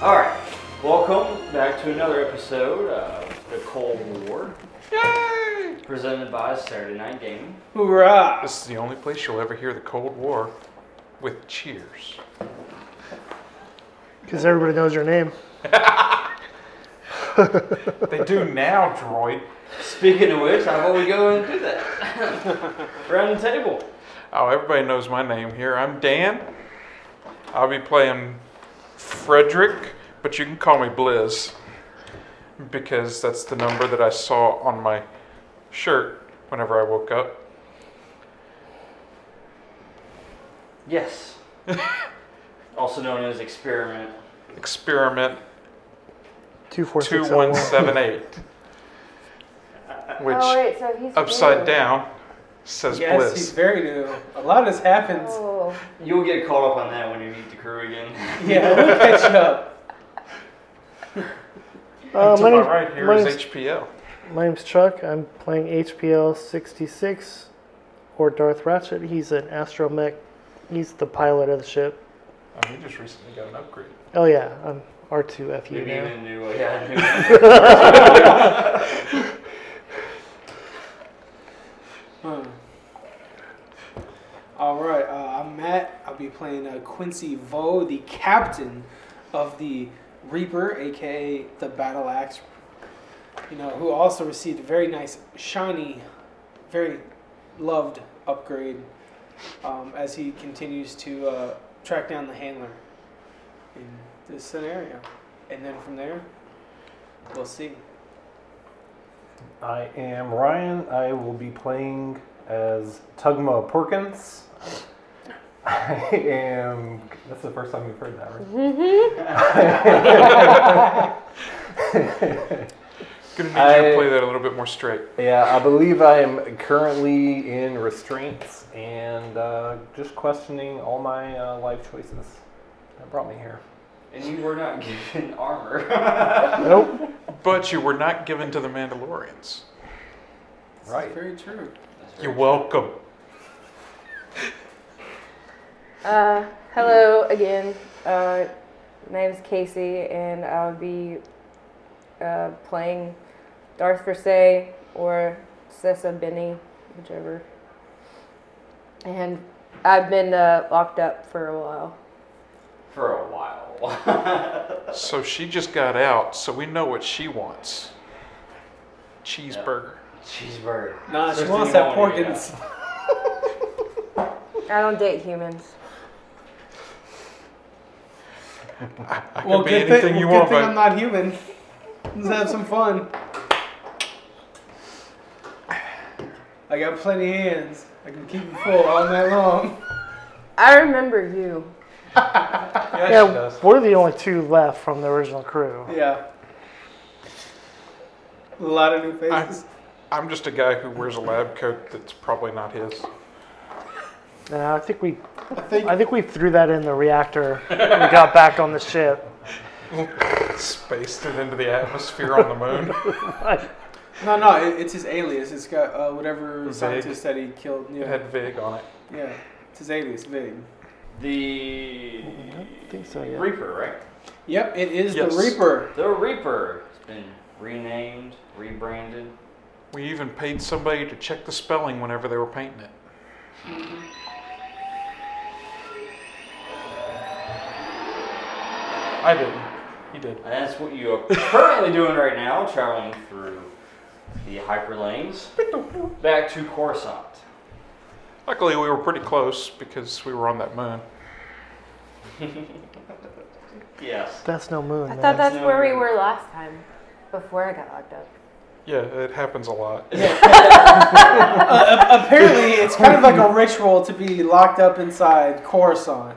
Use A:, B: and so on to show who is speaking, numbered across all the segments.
A: All right, welcome back to another episode of the Cold War,
B: Yay!
A: presented by Saturday Night Gaming.
B: Hoorah!
C: This is the only place you'll ever hear the Cold War with cheers.
D: Because everybody knows your name.
C: They do now, droid.
A: Speaking of which, how about we go and do that? Round the table.
C: Oh, everybody knows my name here. I'm Dan. I'll be playing Frederick, but you can call me Blizz because that's the number that I saw on my shirt whenever I woke up.
A: Yes. also known as experiment.
C: Experiment
D: 24601.
C: 2178,
E: oh,
C: which
E: wait, so he's
C: upside
E: new.
C: down says
B: Yes, he's
C: Blizz.
B: very new. A lot has happened.
E: Oh.
A: You'll get caught up on that when you meet the crew again.
B: Yeah, we'll catch up.
D: Uh,
C: to
D: my,
C: my
D: name's,
C: right here
D: my,
C: is
D: name's,
C: HPL.
D: my name's Chuck. I'm playing HPL 66 or Darth Ratchet. He's an astromech. He's the pilot of the ship.
C: Oh, he just recently got an upgrade.
D: Oh, yeah. I'm R2FU
A: Maybe
D: now.
A: even new. Yeah, new.
B: Hmm. All right, uh, I'm Matt. I'll be playing uh, Quincy Vo, the captain of the Reaper, aka the Battle Axe. You know, who also received a very nice, shiny, very loved upgrade um, as he continues to uh, track down the handler in this scenario. And then from there, we'll see.
F: I am Ryan. I will be playing as Tugma Porkins. I am. That's the first time you've heard that, right?
C: Gonna need you to
F: I-
C: play that a little bit more straight.
F: Yeah, I believe I am currently in restraints and uh, just questioning all my uh, life choices that brought me here.
A: and you were not given armor.
D: Nope.
C: But you were not given to the Mandalorians.
B: This is
F: Right.
B: very true.
C: You're welcome.
E: Uh, hello again. Uh, my name's Casey, and I'll be uh, playing Darth Versailles or Sessa Benny, whichever. And I've been uh, locked up for a while.
A: For a while.
C: So she just got out, so we know what she wants. Cheeseburger.
A: Cheeseburger.
B: Nah, she
A: First
B: wants
A: thing you
B: that
A: want when you
B: Porkins.
E: I don't date humans.
C: I can
B: Well,
C: be
B: good,
C: anything
B: thing,
C: you
B: well,
C: want,
B: good thing I'm
C: but
B: not human. Let's have some fun. I got plenty of hands. I can keep them full all night long.
E: I remember you.
F: Yeah, she
D: Yeah,
F: does.
D: we're the only two left from the original crew.
B: Yeah. A lot of new faces.
C: I'm just a guy who wears a lab coat that's probably not his.
D: Uh, I think we I think we threw that in the reactor when we got back on the ship.
C: Spaced it into the atmosphere on the moon.
B: No, no, it, it's his alias. It's got uh, whatever
C: Vig.
B: scientist that he killed.
C: It
B: Yeah,
C: had Vig on it.
B: yeah. It's his alias, Vig.
A: The
D: I think so, yeah.
A: Reaper, right?
B: Yep, it is
C: Yes.
B: the Reaper.
A: The Reaper has been renamed, rebranded.
C: We even paid somebody to check the spelling whenever they were painting it. I didn't. He did.
A: And that's what you are currently doing right now, traveling through the hyper lanes back to Coruscant.
C: Luckily, we were pretty close because we were on that moon.
A: Yes.
D: That's no moon,
E: I
D: man.
E: thought that's
A: no
E: where we
A: way.
E: were last time, before I got locked up.
C: Yeah, it happens a lot.
B: Uh, Apparently, it's kind of like a ritual to be locked up inside Coruscant.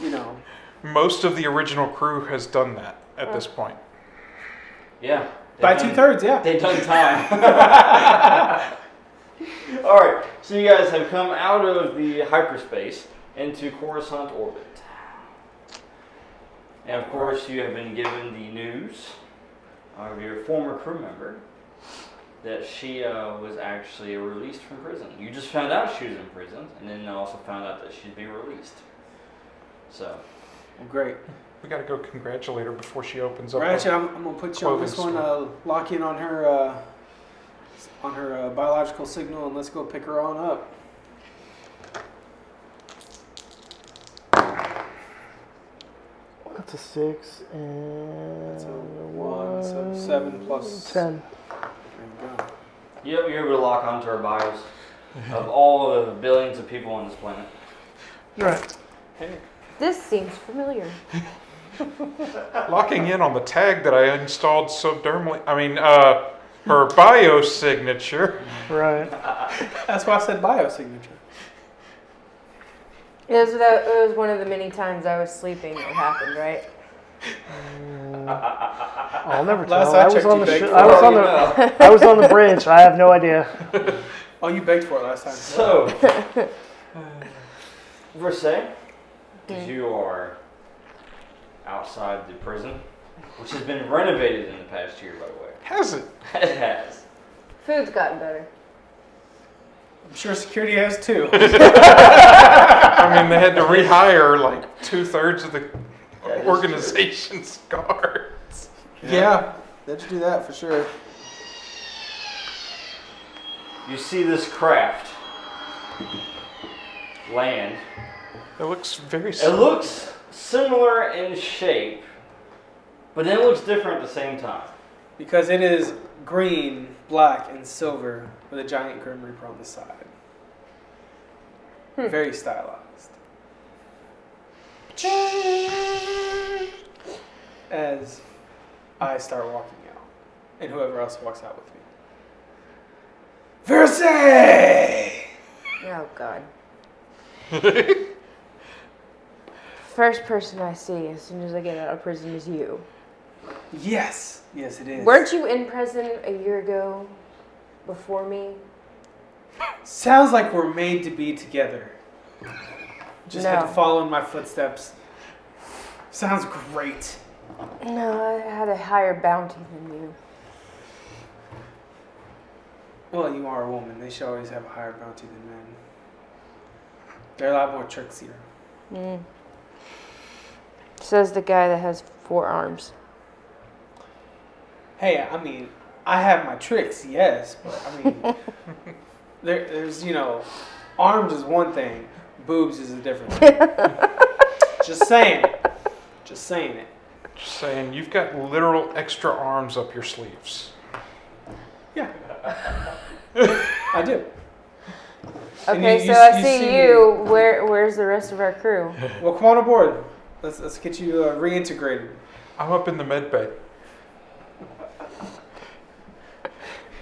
B: You know.
C: Most of the original crew has done that at this point.
A: Yeah.
B: By
A: They've
B: two
A: done-
B: thirds, yeah.
A: They've done time. All right. So you guys have come out of the hyperspace into Coruscant orbit, and of course you have been given the news of your former crew member that she uh, was actually released from prison. You just found out she was in prison, and then also found out that she'd be released. So
B: Well, great.
C: We gotta go congratulate her before she opens up.
B: Ratchet, I'm, I'm gonna put you on this one.
C: Clothing
B: Uh, lock in on her, uh, on her uh, biological signal, and let's go pick her on up.
D: That's a six and
B: That's a one, so seven plus-
D: ten.
B: There we go.
A: Yep, you're able to lock onto her bios of all the billions of people on this planet.
D: Right.
B: Hey,
E: This seems familiar.
C: Locking in on the tag that I installed subdermally. I mean, uh, her biosignature.
D: Right.
B: that's why I said biosignature.
E: It was, that, it was one of the many times I was sleeping that happened, right?
D: I'll never tell.
B: Last
D: I,
B: I
D: was
B: checked,
D: on
B: you
D: the
B: begged
D: sh-
B: for
D: I was
A: Well,
D: on
A: you
D: the
A: know.
D: I was on the bridge. I have no idea.
B: Oh, you begged for it last time.
A: So, uh, Versailles, you are outside the prison, which has been renovated in the past year, by the
C: Has it?
A: way. It has.
E: Food's gotten better.
B: I'm sure security has too.
C: I mean, they had to rehire like two thirds of the
A: That is
C: organization's guard.
B: yeah, they should do that for sure.
A: You see this craft land.
C: It looks very.
A: It
C: similar.
A: looks similar in shape, but then it looks different at the same time.
B: Because it is green, black, and silver with a giant Grim Reaper on the side.
E: Hmm.
B: Very stylized. As I start walking out, and whoever else walks out with me. Versailles!
E: Oh, God. First person I see as soon as I get out of prison is you.
B: Yes, yes, it is.
E: Weren't you in prison a year ago before me?
B: Sounds like we're made to be together. Just had to
E: No.
B: follow in my footsteps. Sounds great.
E: No, I had a higher bounty than you.
B: Well, you are a woman. They should always have a higher bounty than men. They're a lot more tricksier.
E: Mm. Says the guy that has four arms.
B: Hey, I mean, I have my tricks, yes, but I mean, there, there's, you know, arms is one thing, boobs is a different thing. Just saying. Just saying it.
C: Just saying, you've got literal extra arms up your sleeves.
B: Yeah. I do. And
E: Okay, so
B: you- you-
E: I
B: you
E: see,
B: see
E: you. Where where's the rest of our crew?
B: Well, come on aboard. Let's, let's get you uh, reintegrated.
C: I'm up in the med bay.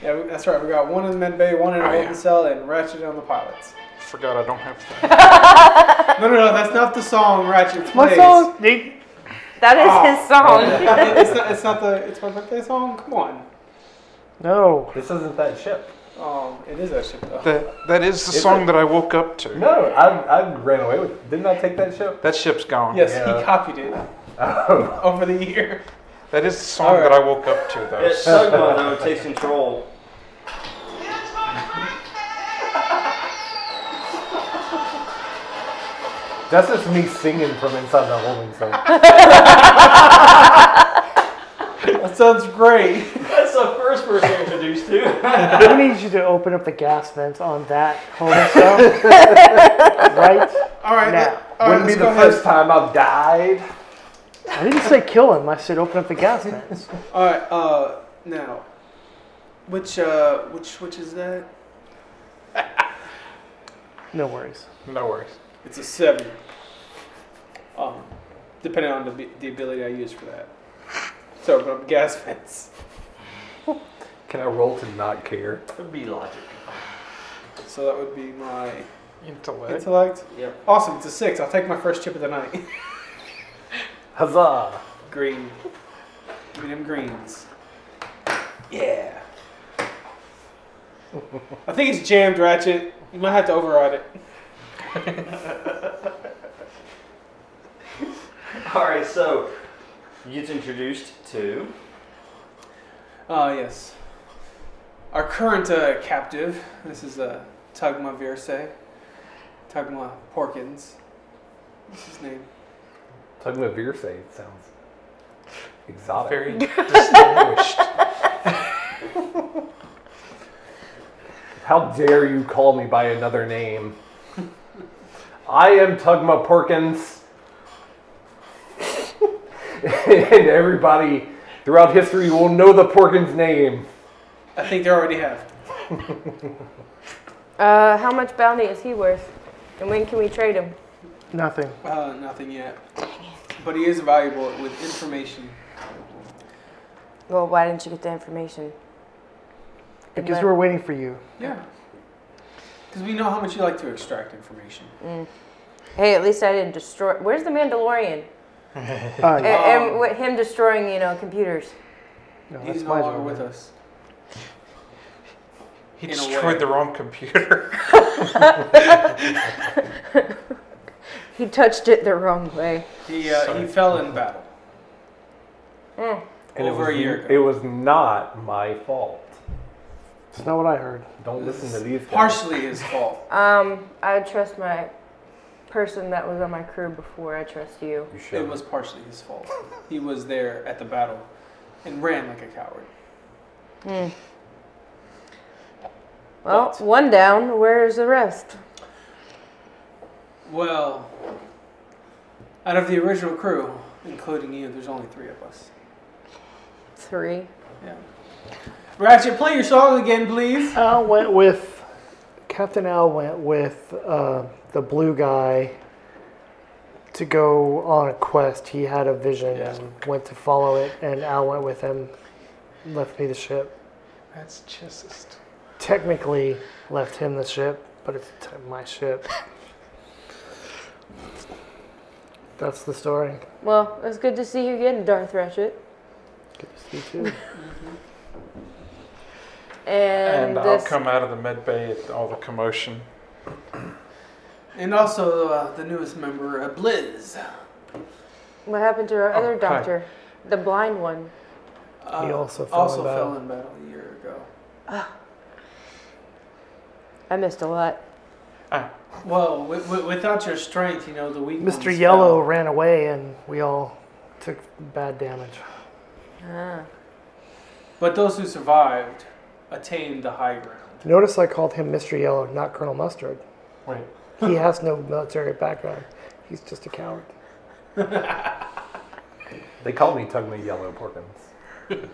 B: Yeah, we- that's right. We got one in the med bay, one in a
C: Oh,
B: holding
C: yeah.
B: cell, and Ratchet on the pilots.
C: Forgot I don't have that.
B: No, no, no. That's not the song Ratchet plays.
D: What's all? They,
E: That is
B: Ah.
E: his song.
B: it's, not, it's not the it's my birthday song. Come on.
D: no.
F: This isn't that ship.
B: Um, it is that shit though.
C: that. That is the
F: Is
C: song
F: it?
C: that I woke up to.
F: No, I, I ran away with Didn't I take that ship?
C: That ship's gone.
B: Yes, he
F: Yeah.
B: copied it
F: Oh.
B: over the year.
C: That is the song
B: All right.
C: that I woke up to, though.
A: That Sugma, though, takes control.
F: That's just me singing from inside the holding cell.
B: That sounds great.
A: That's the first person you're introduced to.
D: I need you to open up the gas vents on that holding cell. right
B: All right.
D: now.
B: let- all right,
F: Wouldn't
B: let's
F: be
B: go
F: the
B: ahead.
F: first time I've died.
D: I didn't say kill him. I said open up the gas vents.
B: All right. Uh, now, which uh, which which is that?
D: No worries.
C: No worries.
B: It's a seven. Um, depending on the, bi- the ability I use for that. So, but I'm gas fence.
F: Can I roll to not care?
A: That'd be logic.
B: So that would be my
C: Intellect.
B: intellect.
A: Yep.
B: Awesome. It's a six. I'll take my first chip of the night.
F: Huzzah!
B: Green. Give me them greens. Yeah. I think it's jammed, Ratchet. You might have to override it.
A: Alright, so you get introduced to.
B: Oh, yes. Our current uh, captive, this is uh, Tugma Virse. Tugma Porkins. What's his name?
F: Tugma beer say sounds exotic.
C: Very distinguished.
F: How dare you call me by another name? I am Tugma Perkins. and everybody throughout history will know the Perkins name.
B: I think they already have.
E: Uh, how much bounty is he worth? And when can we trade him?
D: Nothing.
B: Uh, nothing yet. But he is valuable with information.
E: Well, why didn't you get the information?
D: Because
E: But-
D: we were waiting for you.
B: Yeah. Because we know how much you like to extract information.
E: mm. Hey, at least I didn't destroy. Where's the Mandalorian?
D: Uh,
C: Oh.
E: And, and with him destroying, you know, computers.
D: no, that's
B: He's no
D: my
B: longer
D: job.
B: with us.
C: He
B: In a way.
C: destroyed the wrong computer.
E: He touched it the wrong way.
B: He, uh, he
C: Sorry.
B: fell in battle. Over
F: it was,
B: a year ago.
F: It was not my fault.
D: That's not what I heard.
F: Don't listen to these guys.
B: Partially his fault.
E: Um, I would trust my person that was on my crew before I trust you.
F: You should.
B: It was partially his fault. He was there at the battle and ran like a coward.
E: Well,
B: What?
E: one down. Where's the rest?
B: Well, out of the original crew, including you, there's only three of us.
E: Three.
B: Yeah. Ratchet, play your song again, please.
D: Al went with Captain Al went with uh, the blue guy to go on a quest. He had a vision
B: Yeah.
D: and went to follow it, and Al went with him. Left me the ship.
C: That's just.
D: Technically, left him the ship, but it's t- my ship. That's the story.
E: Well, it's good to see you again, Darth Ratchet.
D: Good to see you too.
E: And,
C: And I'll
E: this,
C: come out of the med bay at all the commotion.
B: And also uh, the newest member, uh, Blizz.
E: what happened to our
C: Oh,
E: other
C: hi.
E: doctor? The blind one.
B: Uh,
D: He also fell
B: also
D: in battle.
B: fell in battle a year ago.
E: I missed a lot.
B: Well, wi- wi- without your strength, you know the weak.
D: Mr.
B: ones
D: Yellow ran away, and we all took bad damage.
E: Ah.
B: fell. But those who survived attained the high ground.
D: Notice I called him Mr. Yellow, not Colonel Mustard.
C: Wait,
D: He has no military background. He's just a coward.
F: They called me Tugma Yellow Perkins.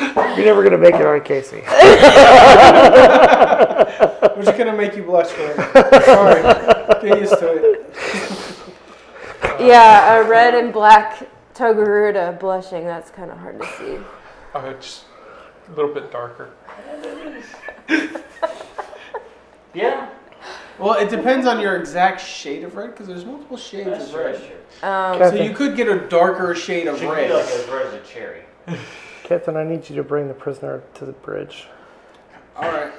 D: You're never gonna make it, are you, Casey?
B: We're just gonna make you blush for it. Sorry, get used to it.
E: Yeah, a red and black Togaruda blushing. That's kind of hard to see.
C: oh, it's a little bit darker.
A: Yeah.
B: Well, it depends on your exact shade of red, because there's multiple shades
A: That's
B: of red.
A: right.
E: Um,
B: So
D: Captain,
B: you could get a darker shade of
A: Should be
B: red.
A: like as red as a cherry.
D: Captain, I need you to bring the prisoner to the bridge.
B: All right.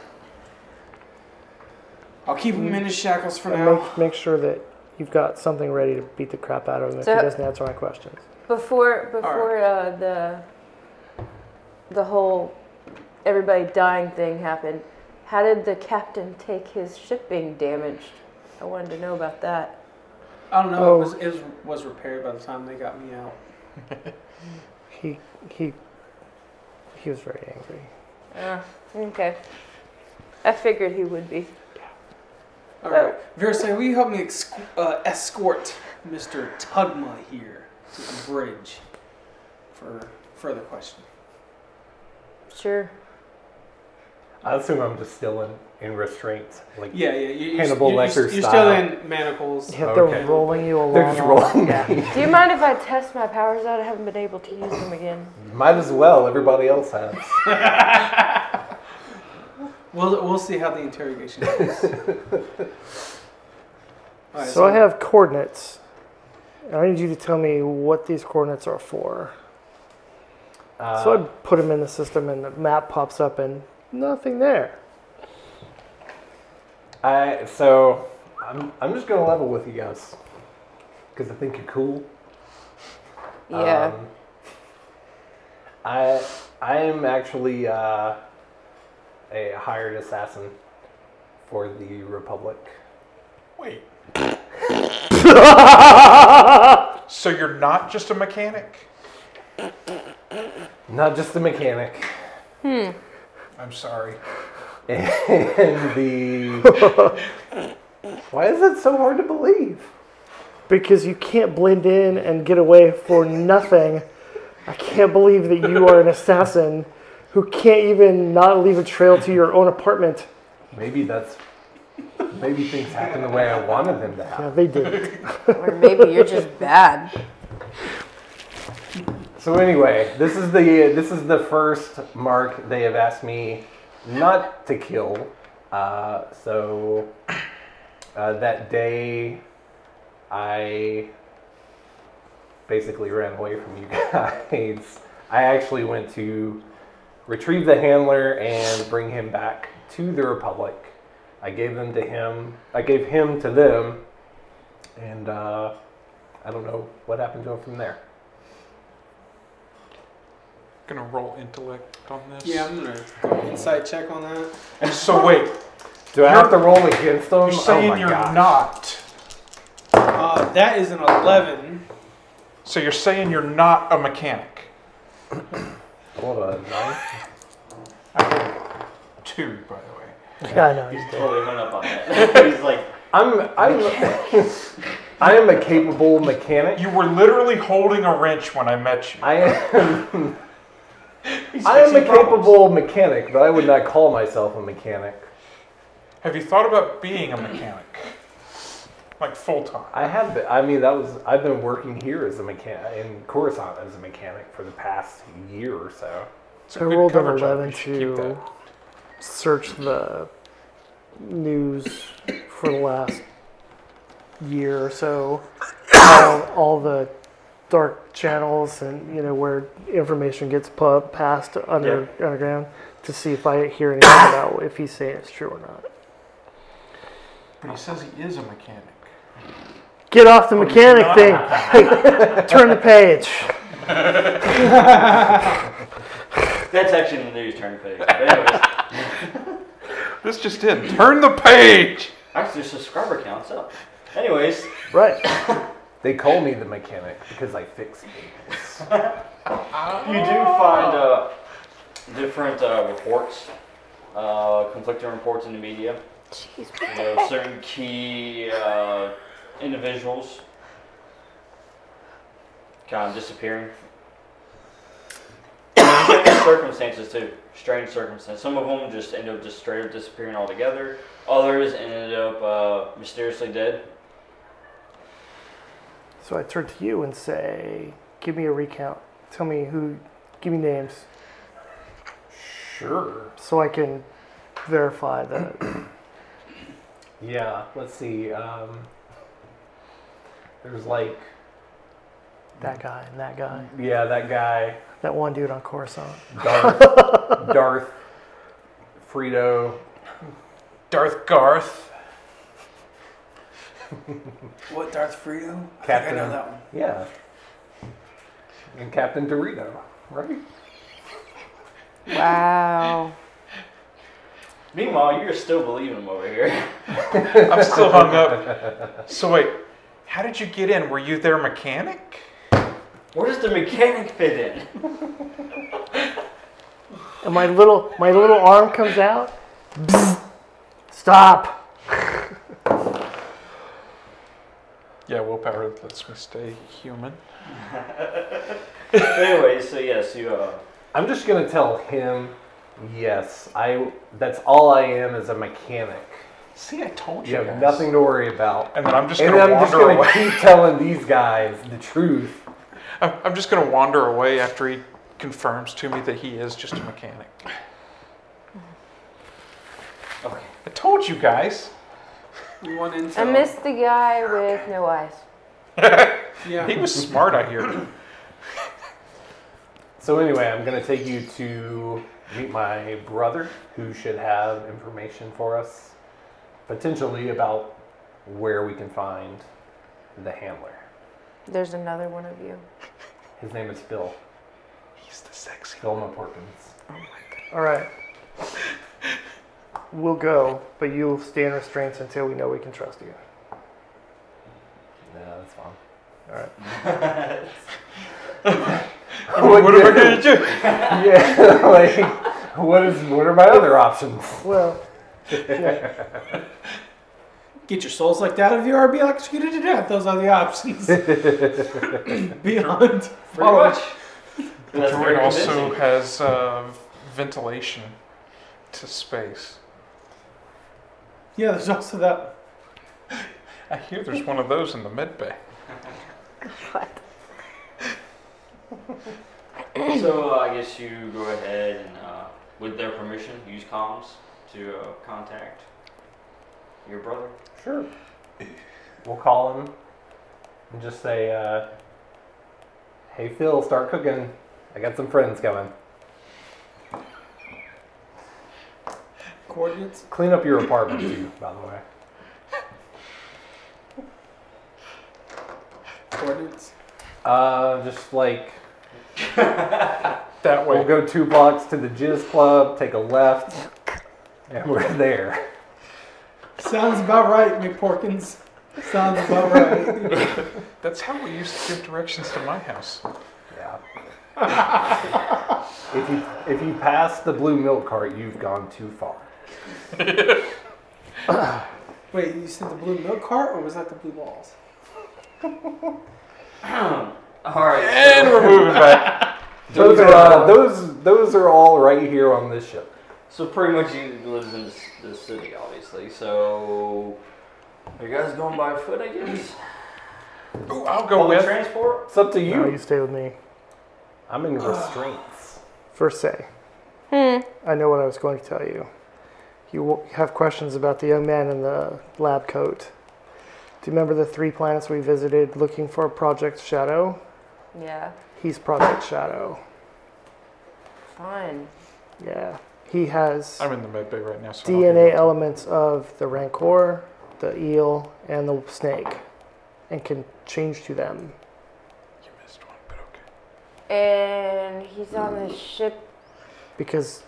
B: I'll keep him in his shackles for
D: And
B: now.
D: make, make sure that you've got something ready to beat the crap out of him if
E: So-
D: he doesn't answer my questions.
E: before before uh, the the whole everybody dying thing happened, how did the captain take his ship being damaged? I wanted to know about that.
B: I don't know.
D: Oh.
B: It was it was, was repaired by the time they got me out.
D: He he he was very angry.
E: Uh, okay. I figured he would be.
B: All right, Versa, will you help me ex- uh, escort Mr. Tugma here to the bridge for further questioning?
E: Sure.
F: I assume I'm just still in, in restraints. Like
B: Yeah, yeah. You, you're,
F: Hannibal
B: you're,
F: Lecter
B: you're, you're still
F: style.
B: in manacles.
D: Yeah,
F: Okay.
D: They're rolling you along.
F: they're just rolling me.
E: Do you mind if I test my powers out? I haven't been able to use them again.
F: Might as well. Everybody else has.
B: We'll we'll see how the interrogation goes. All right,
D: So I have coordinates. And I need you to tell me what these coordinates are for.
F: Uh,
D: so I put them in the system, and the map pops up, and nothing there.
F: I so I'm I'm just gonna level with you guys because I think you're cool.
E: Yeah.
F: Um, I I am actually uh, a hired assassin for the Republic.
C: Wait. so you're not just a mechanic?
F: Not just the mechanic.
C: I'm sorry.
F: And the. Why is it so hard to believe?
D: because you can't blend in and get away for nothing. I can't believe that you are an assassin who can't even not leave a trail to your own apartment.
F: Maybe that's. Maybe things happen the way I wanted them to happen.
D: Yeah, they did.
E: Or maybe you're just bad.
F: So anyway, this is the this is the first mark they have asked me not to kill. Uh, so uh, that day, I basically ran away from you guys. I actually went to retrieve the handler and bring him back to the Republic. I gave them to him. I gave him to them, and uh, I don't know what happened to him from there.
C: Gonna roll intellect on this.
B: Yeah, I'm gonna go insight check on that.
C: And so wait,
F: Do I have to roll against them?
C: you're saying
F: oh my
C: you're
F: gosh.
C: not.
B: Uh, that is an eleven.
C: So you're saying you're not a mechanic.
F: Hold on. nine?
C: Two, by the way.
D: Yeah, I know.
A: He's totally hung up on that. He's like,
F: I'm I'm I am a capable mechanic.
C: You were literally holding a wrench when I met you.
F: I am
A: he's
F: I am a
A: fixing problems.
F: capable mechanic, but I would not call myself a mechanic.
C: Have you thought about being a mechanic? Like full time.
F: I have been, I mean that was I've been working here as a mechanic in Coruscant as a mechanic for the past year or so.
C: It's a
D: I
C: good
D: rolled an
C: cover job. You
D: 11
C: should keep
D: to
C: that.
D: search the news for the last year or so. all, all the dark channels and you know where information gets pu- passed under underground to see if I hear anything about if he's saying it's true or not.
C: But he says he is a mechanic.
D: Get off the mechanic
C: Oh, not.
D: thing. Hey, turn the page.
A: That's actually the news turn page. But anyways,
C: This just did. Turn the page.
A: actually, subscriber count's up. Anyways,
D: Right.
F: They call me the mechanic because I fix things.
A: you do find uh, different uh, reports, uh, conflicting reports in the media. You know, certain key uh, individuals kind of disappearing. Different circumstances too, strange circumstances. Some of them just end up just straight up disappearing altogether. Others ended up uh, mysteriously dead.
D: So I turn to you and say, "Give me a recount. Tell me who. Give me names
F: Sure.
D: so I can verify that."
F: Yeah, let's see. Um, there's like
D: That guy and that guy.
F: yeah, that guy
D: That one dude on Coruscant.
F: Darth, Darth, Frito.
C: Darth Garth.
B: What Darth Frito?
F: Captain.
B: I, think I know that one.
F: Yeah. And Captain Dorito, right?
E: Wow.
A: Meanwhile, you're still believing them over here.
C: I'm still hung up. So wait, how did you get in? Were you their mechanic?
A: Where does the mechanic fit in?
D: And my little my little arm comes out. Psst. Stop.
C: Yeah, willpower lets me stay human.
A: Anyway, so yes, you uh,
F: I'm just gonna tell him, yes, I. That's all I am as a mechanic.
C: See, I told you.
F: You have
C: guys.
F: nothing to worry about.
C: And then I'm just
F: and
C: gonna
F: I'm
C: wander
F: just gonna
C: away.
F: keep telling these guys the truth.
C: I'm I'm just gonna wander away after he confirms to me that he is just a mechanic.
A: okay.
C: I told you guys.
B: We want intel.
E: I missed the guy with no eyes.
C: He
B: Yeah.
C: was smart, I hear.
F: So anyway, I'm gonna take you to meet my brother, who should have information for us, potentially about where we can find the handler.
E: There's another one of you.
F: His name is Phil.
C: He's the sexy.
F: Phil Porkins.
D: All right. We'll go, but you'll stay in restraints until we know we can trust you.
F: Yeah, that's
D: All
F: fine.
D: right.
C: what am I gonna do?
F: yeah, like what is what are my other options?
D: Well,
B: Get your souls like that of you or be executed to death. Those are the options. Beyond.
A: Pretty much.
C: The
A: That's very
C: droid also
A: convincing.
C: has uh, ventilation to space.
B: Yeah, there's also that.
C: I hear there's one of those in the med bay.
A: So uh, I guess you go ahead and, uh, with their permission, use comms to uh, contact your brother.
F: Sure. We'll call him and just say, uh, "Hey Phil, start cooking. I got some friends coming.
B: Coordinates.
F: Clean up your apartment too, by the way."
B: Coordinates.
F: Uh, just like
C: That way.
F: we'll go two blocks to the Jizz Club, take a left, and we're there.
B: Sounds about right, McPorkins. Sounds about right.
C: That's how we used to give directions to my house.
F: Yeah. if you if you pass the blue milk cart, you've gone too far.
B: Wait, you said the blue milk cart or was that the blue balls?
A: All right.
C: And we're moving back.
F: Those are uh, those those are all right here on this ship.
A: So pretty much he lives in this, this city, obviously. So are you guys going by foot, I guess?
C: Ooh, I'll go
A: Public
C: with.
A: transport?
F: It's up to
D: you,
F: you.
D: you stay with me.
F: I'm in restraints.
D: First say.
E: Hmm.
D: I know what I was going to tell you. You w- have questions about the young man in the lab coat. Do you remember the three planets we visited looking for Project Shadow?
E: Yeah.
D: He's Project Shadow.
E: Fine.
D: Yeah. He has
C: I'm in the med bay right now, so I don't
D: DNA
C: get-
D: elements of the Rancor, the eel, and the snake, and can change to them.
C: You missed one, but okay.
E: And he's on the ship.
D: because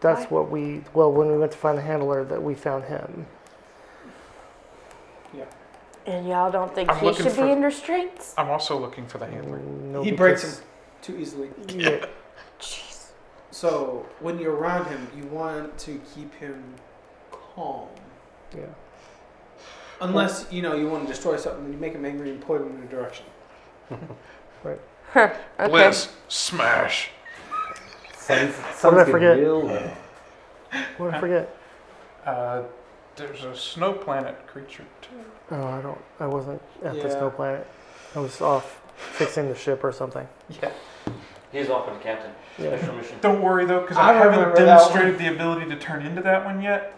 D: that's what we well when we went to find the handler that we found him
E: And y'all don't think
C: I'm
E: he
C: looking
E: should
C: for-
E: be in restraints?
C: I'm also looking for the handler.
D: no,
B: he breaks
D: because-
B: him too easily.
D: yeah,
E: Jeez.
B: So when you're around him, you want to keep him calm.
D: yeah
B: Unless you know you want to destroy something, then you make him angry and point him in a direction.
E: Okay.
C: Bliss, smash.
F: Sons,
D: What
F: sons
D: did I
F: get
D: forget?
F: real low.
D: what i forget
C: Uh, there's a snow planet creature too.
D: oh i don't i wasn't at the
B: Yeah.
D: snow planet i was off fixing the ship or something
C: Yeah.
A: He's off with the captain.
D: yeah
A: Special mission.
C: Don't worry though, because
B: I
C: I, haven't
B: remember that
C: demonstrated the ability to turn into that one yet.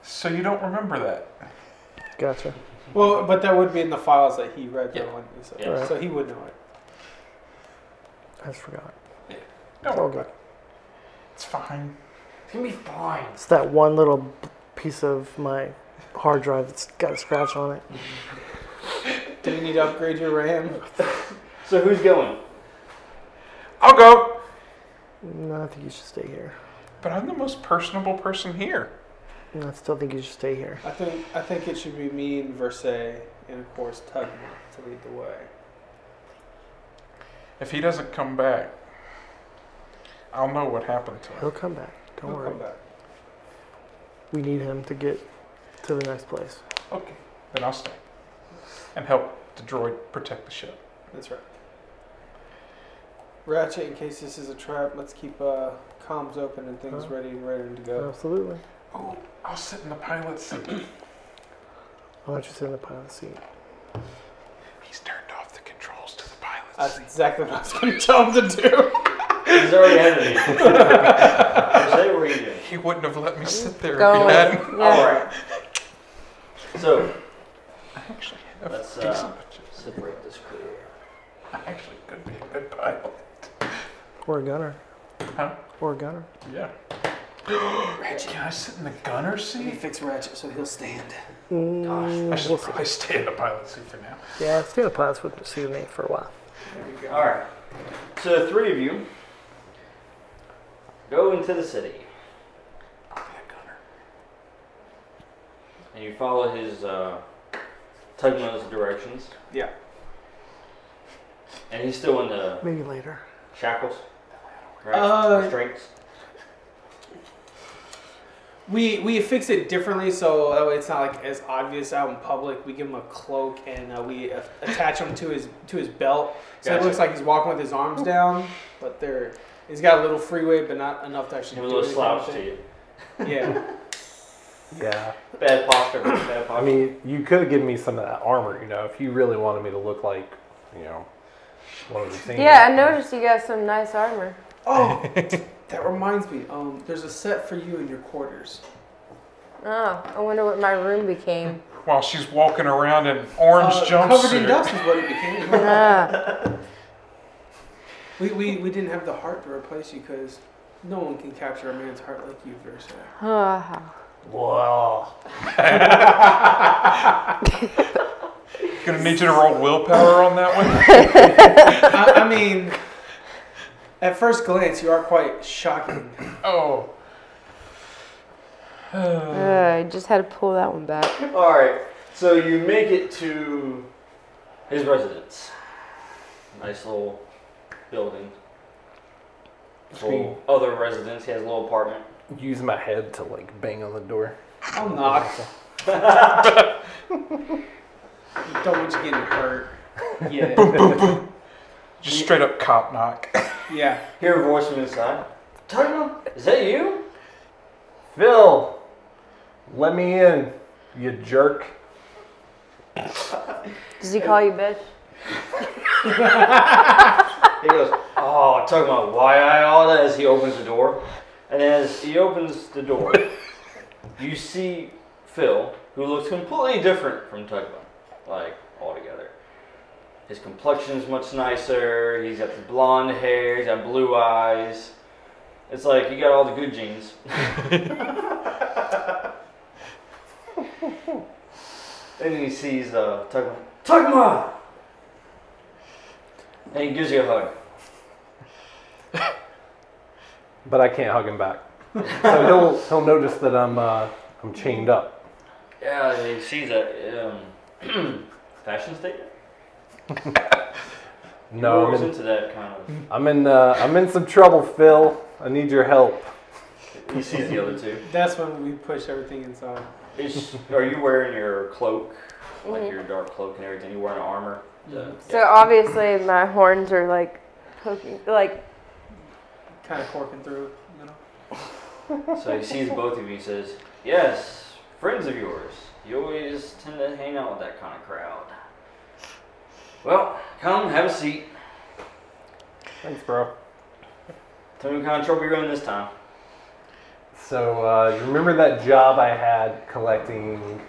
C: So you don't remember that.
D: gotcha
B: Well, but that would be in the files that he read. That
A: Yeah.
B: one, so,
A: Yeah.
D: Right.
B: so he would know it.
D: i just forgot
B: Oh,
C: Don't
D: it's all
C: worry.
D: good
C: It's fine.
A: It's gonna be fine.
D: it's that one little b- piece of my hard drive that's got a scratch on it
B: Do you need to upgrade your RAM?
A: So who's going?
C: I'll go.
D: no i think you should stay here
C: But I'm the most personable person here.
D: no, i still think you should stay here
B: I think I think it should be me and Verse and of course Tugman to lead the way.
C: If he doesn't come back, I'll know what happened to him.
D: he'll come back don't
B: We'll
D: worry
B: come back.
D: we need him to get to the next place
C: Okay, then I'll stay and help the droid protect the ship.
B: That's right. Ratchet, in case this is a trap, let's keep uh, comms open and things
D: Huh?
B: ready and ready to go.
D: absolutely
C: Oh, I'll sit in the pilot's seat.
D: Why don't you sit in the pilot seat?
C: He's turned off the controls to the pilot's
B: That's
C: seat.
B: exactly what I was going to tell him to do.
A: He's already ahead of you. Say what you doing.
C: He wouldn't have let me sit there
E: Go
C: if
E: with-
C: he hadn't.
E: yeah.
A: All right. So
C: I actually have a
A: let's uh,
C: decent.
A: separate this clear.
C: I actually could be a good pilot.
D: Or a gunner.
C: Huh?
D: Or a gunner.
C: Yeah. Can I sit in the gunner seat?
B: fix Ratchet so he'll stand.
D: Mm,
C: I
D: we'll
C: should
D: see.
C: probably stay in the pilot seat for now.
D: Yeah, stay in the pilot seat with see me for a while.
B: There you go.
A: All right. So the three of you go into the city. and you follow his uh, Tugma's directions.
B: Yeah.
A: And he's still in the
D: Maybe later.
A: shackles, right?
B: Uh,
A: Restraints.
B: We we fix it differently so that way it's not like as obvious out in public. We give him a cloak and uh, we a- attach him to his to his belt, so it
A: Gotcha.
B: looks like he's walking with his arms down, but they're he's got a little freeway, but not enough to actually.
A: Give a
B: do
A: little
B: anything with
A: slouch to
B: it.
A: you.
B: Yeah,
F: Yeah.
A: Bad posture. bad posture.
F: I mean, you could have given me some of that armor, you know, if you really wanted me to look like, you know, one of the things.
E: Yeah, I noticed you got some nice armor.
B: Oh, that reminds me. Um, there's a set for you in your quarters.
E: Oh, I wonder what my room became.
C: While she's walking around in orange
B: Uh, covered in
C: jumpsuit.
B: dust is what it became.
E: Ah,
B: we, we we didn't have the heart to replace you because no one can capture a man's heart like you, Versa.
E: ah.
F: Whoa.
C: Gonna need you to roll willpower on that one.
B: I, I mean, at first glance, you are quite shocking.
C: Oh.
E: Uh, I just had to pull that one back.
A: All right. So you make it to his residence. Nice little building. Full other residence. He has a little apartment.
F: Use my head to, like, bang on the door.
B: I'll knock. Don't want you getting hurt. Yeah.
C: Just straight up cop knock.
B: Yeah.
A: Hear a voice from inside. Tugman, is that you? Phil.
F: Let me in, you jerk.
E: Does he call you bitch?
A: He goes, oh, Tugman, why I all that? As he opens the door, and as he opens the door, you see Phil, who looks completely different from Tugman, like altogether. His complexion is much nicer. He's got the blonde hair. He's got blue eyes. It's like you got all the good genes. and he sees uh, Tugma. Tugma! And he gives you a hug.
F: But I can't hug him back. so he'll he'll notice that I'm uh, I'm chained up.
A: Yeah, he sees a um, fashion statement.
F: No,
A: He
F: I'm
A: was
F: in
A: into that kind of.
F: I'm in, uh, I'm in some trouble, Phil. I need your help.
A: He sees the other two.
B: That's when we push everything inside.
A: Is, are you wearing your cloak, like your dark cloak and everything? You wearing armor? Yeah.
E: So obviously my horns are like poking, like
B: Kind of corking through. You know?
A: So he sees both of you. and Says, "Yes, friends of yours. You always tend to hang out with that kind of crowd." Well, come have a seat.
F: Thanks, bro.
A: Tell me what kind of trouble you're in this time.
F: So uh, you remember that job I had collecting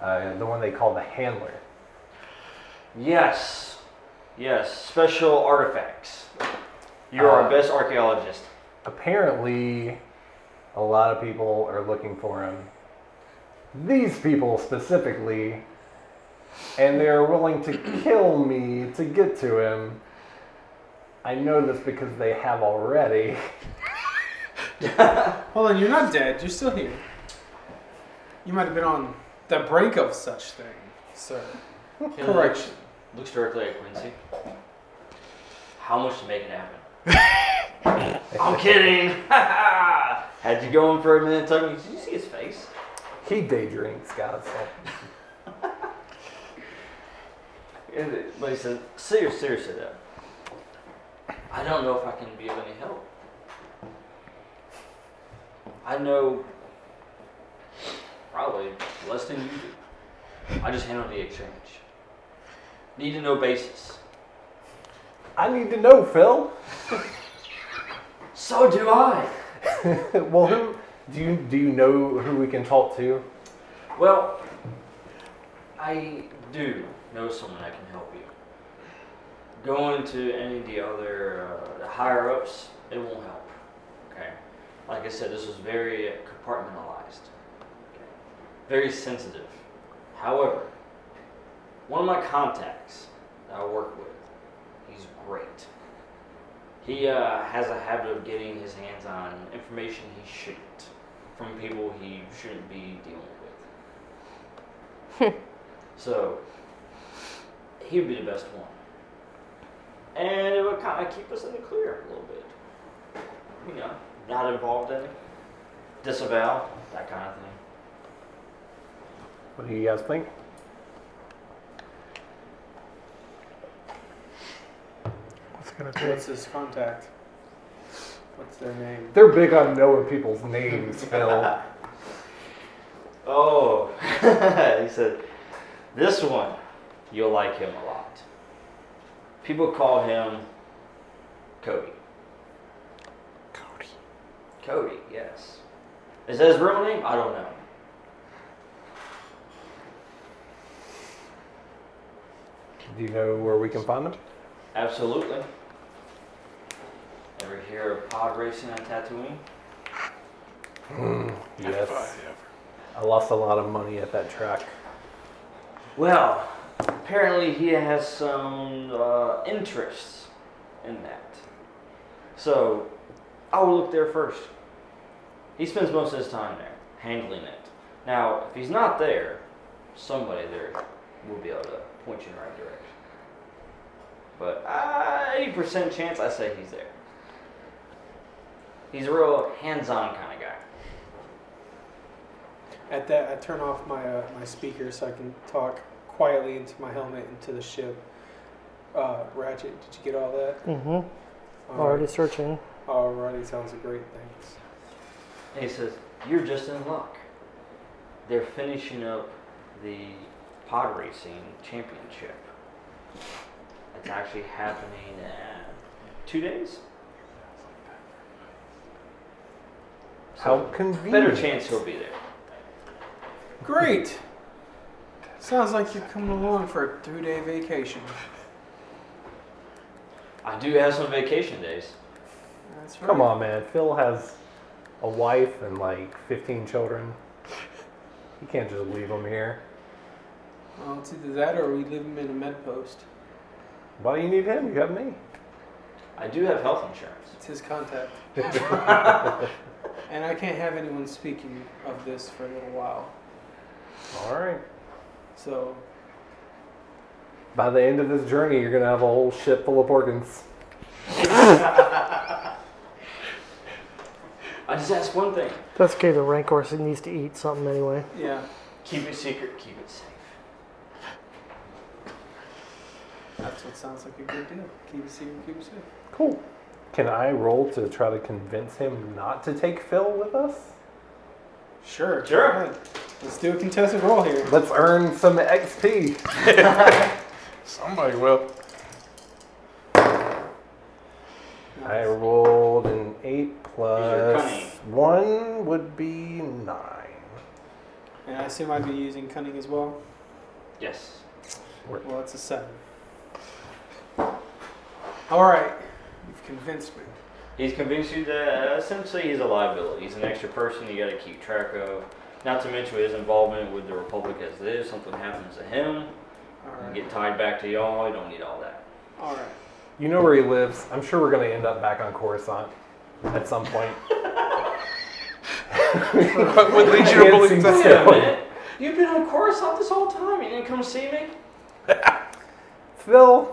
F: uh, the one they call the handler.
A: Yes, yes. Special artifacts. You are
F: Uh,
A: our best archaeologist.
F: apparently a lot of people are looking for him. These people specifically, and they're willing to kill me to get to him. I know this because they have already.
B: Hold on, you're not dead. You're still here. You might have been on the brink of such thing, sir. Correction.
A: Looks directly at Quincy. How much to make it happen? I'm kidding. Had you going for a minute, Tugman. Did you see his face?
F: He day drinks, guys. so-
A: And it- But he said, "Ser- seriously though, I don't know if I can be of any help. I know probably less than you do. I just handle the exchange. Need to know basis.
F: I need to know, Phil.
A: So do I.
F: well, who do you do you know who we can talk to?
A: Well, I do know someone that can help you. Going to any of the other uh, the higher ups, it won't help. Okay. Like I said, this was very compartmentalized, okay? very sensitive. However, one of my contacts that I work with, he's great. He uh, has a habit of getting his hands on information he shouldn't from people he shouldn't be dealing with. so he would be the best one. And it would kind of keep us in the clear a little bit. You know, not involved in it. Disavow, that kind of thing.
F: What do you guys think?
D: What's it gonna take?
B: What's his contact? What's their name?
F: They're big on knowing people's names, Phil.
A: Oh, he said, this one, you'll like him a lot. People call him Cody.
C: Cody.
A: Cody, yes. Is that his real name? I don't know.
F: Do you know where we can find them?
A: Absolutely. Ever hear of pod racing on Tatooine?
F: Yes. I lost a lot of money at that track.
A: Well, apparently he has some uh, interests in that. So I will look there first. He spends most of his time there, handling it. Now, if he's not there, somebody there will be able to point you in the right direction. But uh, eighty percent chance, I say he's there. He's a real hands-on kind of guy.
B: At that, I turn off my uh, my speaker so I can talk quietly into my helmet into the ship. Uh, Ratchet, did you get all that?
D: Mm-hmm.
B: All
D: Already searching.
B: right. Alrighty, sounds a great. Thanks.
A: And he says, You're just in luck. They're finishing up the pod racing championship. It's actually happening in two days. So,
F: How convenient.
A: better chance he'll be there.
B: Great. Sounds like you're coming along for a three-day vacation.
A: I do have some vacation days.
B: That's right.
F: Come on, man. Phil has a wife and like 15 children. You can't just leave them here.
B: Well, it's either that or we leave him in a med post.
F: Why do you need him? You have me.
A: I do have health insurance.
B: It's his contact. and I can't have anyone speaking of this for a little while.
F: All right.
B: So,
F: By the end of this journey, you're gonna have a whole ship full of organs.
A: I just ask one thing
D: That's okay. The rancor so it needs to eat something anyway.
B: yeah.
A: keep it secret, keep it safe.
B: That's what sounds like a good deal. Keep it secret, keep it safe.
F: Cool. Can I roll to try to convince him not to take Phil with us?
B: Sure. go
A: Sure.
B: ahead. Let's do a contested roll here.
F: Let's earn some XP.
C: Somebody will.
F: I rolled an eight plus
A: cunning.
F: one would be nine.
B: And I assume I'd be using cunning as well.
A: Yes.
B: Well, that's a seven. All right. You've convinced me.
A: He's convinced you that uh, essentially he's a liability. He's an extra person you got to keep track of. Not to mention his involvement with the Republic as it is. Something happens to him,
B: All
A: you
B: right.
A: get tied back to y'all. You don't need all that.
B: All right.
F: You know where he lives. I'm sure we're gonna end up back on Coruscant at some point.
C: What would lead you to
F: Can't
C: believe
F: seem
C: that?
F: to- Yeah.
A: You've been on Coruscant this whole time. You didn't come see me.
F: Phil,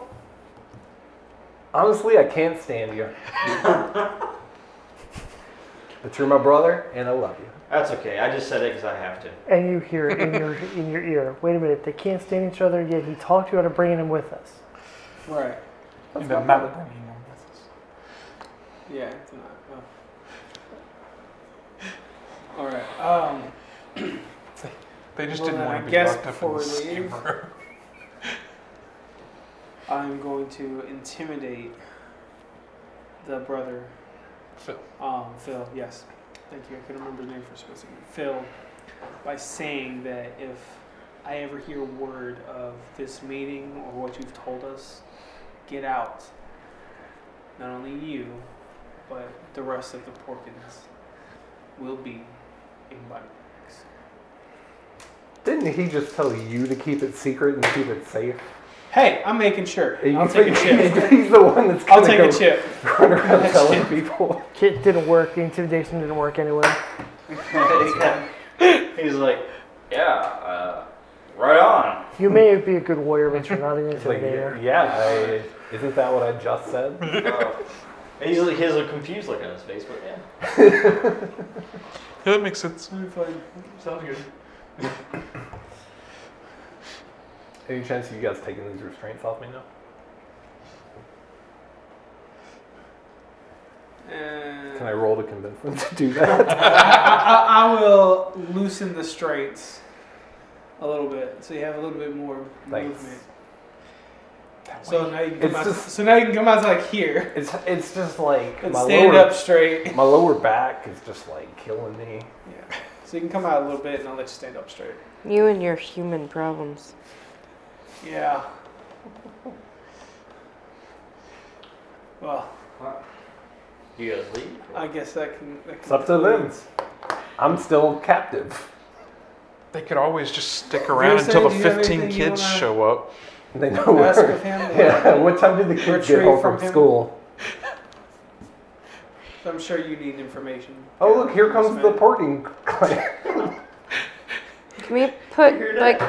F: honestly, I can't stand you. but you're my brother, and I love you.
A: That's okay. I just said it because I have to.
D: And you hear it in your in your ear. Wait a minute. They can't stand each other. Yet he talked you out of bringing him with us.
B: Right.
C: And then not bringing them with us.
B: Yeah, it's not. oh. All right. Um,
C: They just
B: Well,
C: didn't
B: then I
C: want to be
B: guess
C: locked up in
B: before
C: the
B: we
C: steam
B: leave-
C: room.
B: I'm going to intimidate the brother.
C: Phil.
B: Um, Phil, yes. Thank you. I couldn't remember the name for a split second. Phil, by saying that if I ever hear word of this meeting or what you've told us, get out. Not only you, but the rest of the Porkins will be invited.
F: Didn't he just tell you to keep it secret and keep it safe?
B: Hey, I'm making sure.
F: You
B: I'll take a
F: think-
B: chip.
F: He's the one that's
B: I'll
F: gonna
B: take
F: go
B: a chip.
F: run around telling people.
D: It didn't work. The intimidation didn't work anyway.
A: He's like, yeah, uh, right
D: You may be a good warrior, but you're not an
F: It's like,
D: intimidator.
F: yeah, I, isn't that what I just said?
A: Uh, he's, he has a confused look on his face, but yeah.
C: Yeah, that makes sense.
A: Sounds good.
F: Any chance you guys taking these restraints off me now? Can I
B: Uh,
F: roll to convince them to do that?
B: I, I, I will loosen the straits a little bit, so you have a little bit more
F: Thanks.
B: movement. So now you can
F: It's
B: come out,
F: just-
B: so now you can come out to like here
F: It's it's just like
B: and
F: my
B: stand
F: lower
B: up straight.
F: my lower back is just like killing me.
B: Yeah. So you can come out a little bit, and I'll let you stand up straight.
E: You and your human problems.
B: Yeah. Well,
A: You guys leave?
B: I guess that can. That can
F: It's up to them. I'm still captive.
C: They could always just stick
B: were
C: around until the
B: saying, do you have
C: 15
B: anything you
C: kids
B: wanna-
C: show up.
F: They know
B: Ask
F: where.
B: of him.
F: Yeah, what time did the kids get
B: Retrieve
F: home
B: from
F: from,
B: him.
F: school?
B: I'm sure you need information.
F: Oh look, here comes the
B: Yes,
F: porting clan.
E: Can we put like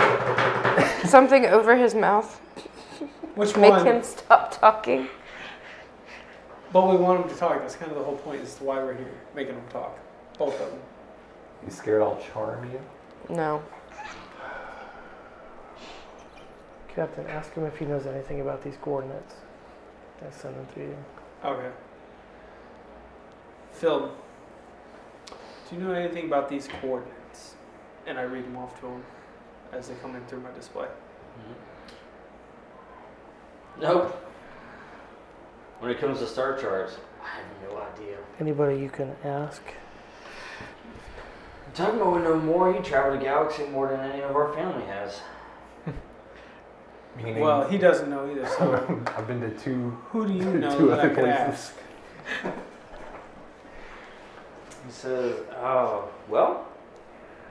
E: something over his mouth?
B: man. Which
E: Make
B: one?
E: him stop talking.
B: But we want him to talk. That's kind of the whole point. Is why we're here, making him talk. Both of them.
F: You scared I'll charm you?
E: No.
D: Captain, ask him if he knows anything about these coordinates. I send them to you.
B: Okay. Phil, do you know anything about these coordinates? And I read them off to him as they come in through my display.
A: Mm-hmm. Nope. When it comes to star charts, I have no idea.
D: Anybody you can ask.
A: Tugmo would know more. He traveled the galaxy more than any of our family has.
F: Meaning
B: Well, he doesn't know either. So
F: I've been to two
B: who do you know
F: two
B: that I
F: other
B: could
F: places.
B: ask?
A: He says, "Oh, well,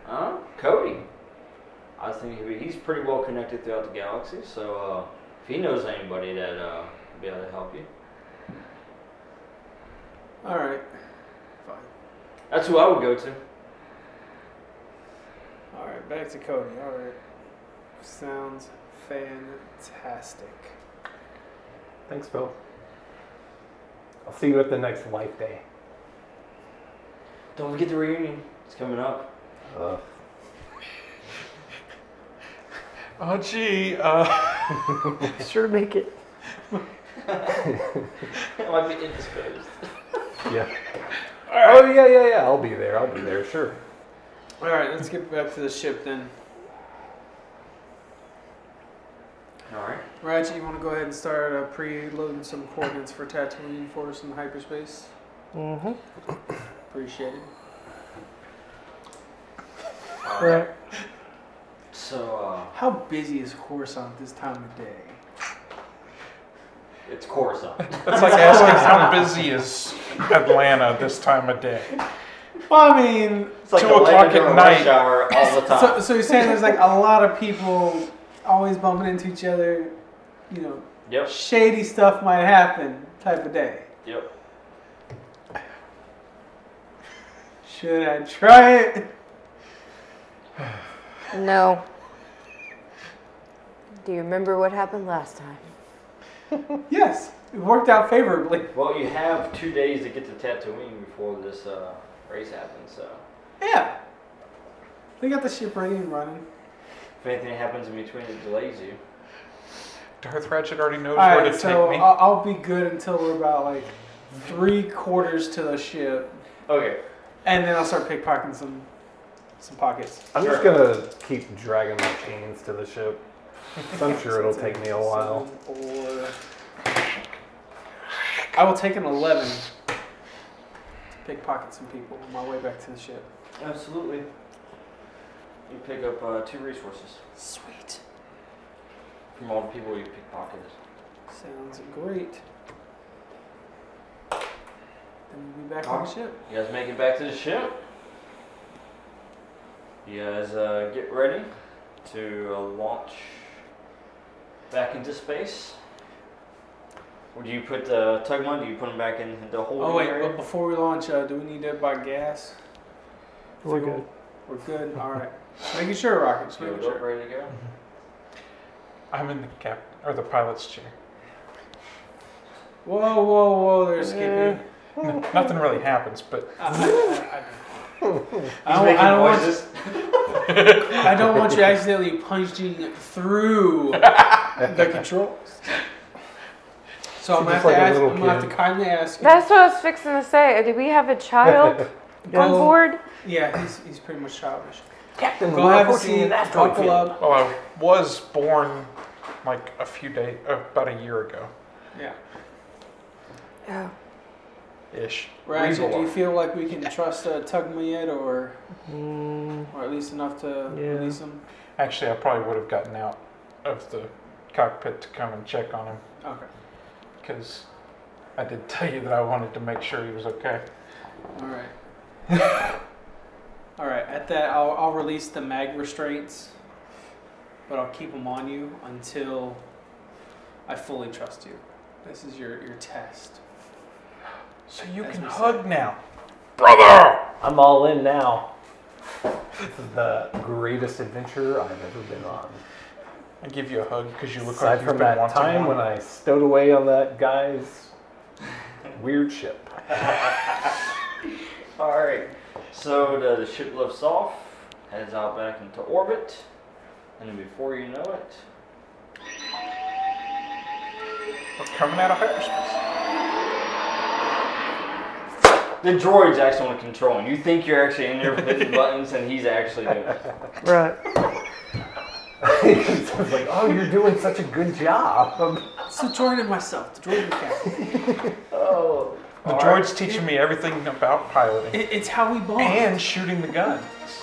A: uh, Cody. I think he'd be- he's pretty well connected throughout the galaxy. So uh, if he knows anybody that uh, would be able to help you,
B: All right. Fine.
A: that's who I would go to."
B: All right, back to Cody. All right. Sounds fantastic.
F: Thanks, Bill. I'll see you at the next life day.
A: Don't forget the reunion. It's coming up.
F: Uh,
C: Oh, gee. Uh,
D: Sure, make it.
A: I might be indisposed.
F: yeah. Oh yeah, yeah, yeah. I'll be there. I'll be there. Sure.
B: All right, let's get back to the ship then.
A: All right.
B: Ratchet, you want to go ahead and start uh, pre-loading some coordinates for Tatooine for us in hyperspace?
D: Mm-hmm.
B: Appreciate it.
A: All right.
D: Right.
A: So uh,
B: How busy is Coruscant this time of day?
A: it's Coruscant.
C: that's like asking how busy is Atlanta this time of day.
B: Well, I mean,
A: It's like
C: Two
A: 11
C: o'clock at
A: during
C: night.
A: rush hour all the time.
B: so, so you're saying there's like a lot of people always bumping into each other, you know,
A: yep.
B: shady stuff might happen type of day.
A: Yep.
B: Should I try it?
E: No. Do you remember what happened last time?
B: Yes, it worked out favorably.
A: Well, you have two days to get to Tatooine before this uh, race happens. So
B: Yeah. They got the ship ready and running.
A: if anything happens in between, it delays you.
C: Darth Ratchet already knows where
B: Alright,
C: to
B: so uh,
C: take me.
B: I'll, I'll be good until we're about like three quarters to the ship,
A: Okay.
B: and then I'll start pickpocketing some some pockets.
F: I'm just
A: Sure.
F: gonna keep dragging my chains to the ship. So I'm sure it'll take me a while.
B: Or I will take an eleven to pickpocket some people on my way back to the ship.
A: Absolutely. You pick up uh, two resources
B: Sweet.
A: from all the people you pickpocketed.
B: Sounds great. Then we'll be back on the ship.
A: You guys make it back to the ship. You guys uh, get ready to uh, launch back into space. Or do you put uh, Tugman? Do you put him back in the holding
B: Oh wait, but
A: area?
B: before we launch, uh, do we need to buy gas?
D: We're
B: Fuel?
D: good.
B: We're good. All right. Making sure, Rocket. Just
A: You're
B: making
A: up,
B: sure.
A: ready to go.
C: I'm in the captain or the pilot's chair.
B: Whoa, whoa, whoa! They're skipping.
C: No, nothing really happens, but
B: I, I,
A: He's
B: don't- I
A: making
B: don't want,
A: noises.
B: I don't want you accidentally punching through the controls. So I'm gonna have
F: Seems like
B: to
F: a
B: ask. I'm
F: little
B: gonna have to
F: kid.
B: kindly ask. you-
E: That's what I was fixing to say. Do we have a child on
B: Go-
E: board?
B: Yeah, he's, he's pretty much childish.
F: Captain,
B: Go have a seat. Buckle up.
C: well, I was born like a few days, about a year ago,
B: Yeah.
E: Oh.
C: ish.
B: Right.
A: Weasel
B: Do you
A: walk.
B: feel like we can trust uh, Tugma yet, or
D: Mm,
B: or at least enough to
D: Yeah.
B: release him?
C: Actually, I probably would have gotten out of the cockpit to come and check on him
B: Okay.
C: because I did tell you that I wanted to make sure he was okay.
B: All right. All right. At that, I'll, I'll release the mag restraints, but I'll keep them on you until I fully trust you. This is your your test.
C: So you
B: As
C: can
B: we
C: hug now, brother.
F: I'm all in now. This is the greatest adventure I've ever been on.
C: I give you a hug because you look
F: Aside
C: like you've
F: from
C: been
F: that
C: wanting
F: time
C: one.
F: when I stowed away on that guy's weird ship.
A: All right. So the, the ship lifts off, heads out back into orbit, and then before you know it,
C: We're coming out of hyperspace.
A: the droid's actually on the control, and you think you're actually in there hitting buttons, and he's actually doing it.
D: right.
F: It's like, oh, you're doing such a good job.
B: So Jordan and myself, the Jordan Captain.
A: Oh.
C: The droid's teaching me everything about piloting Oh.
B: It, it's how we bond.
C: and shooting the guns.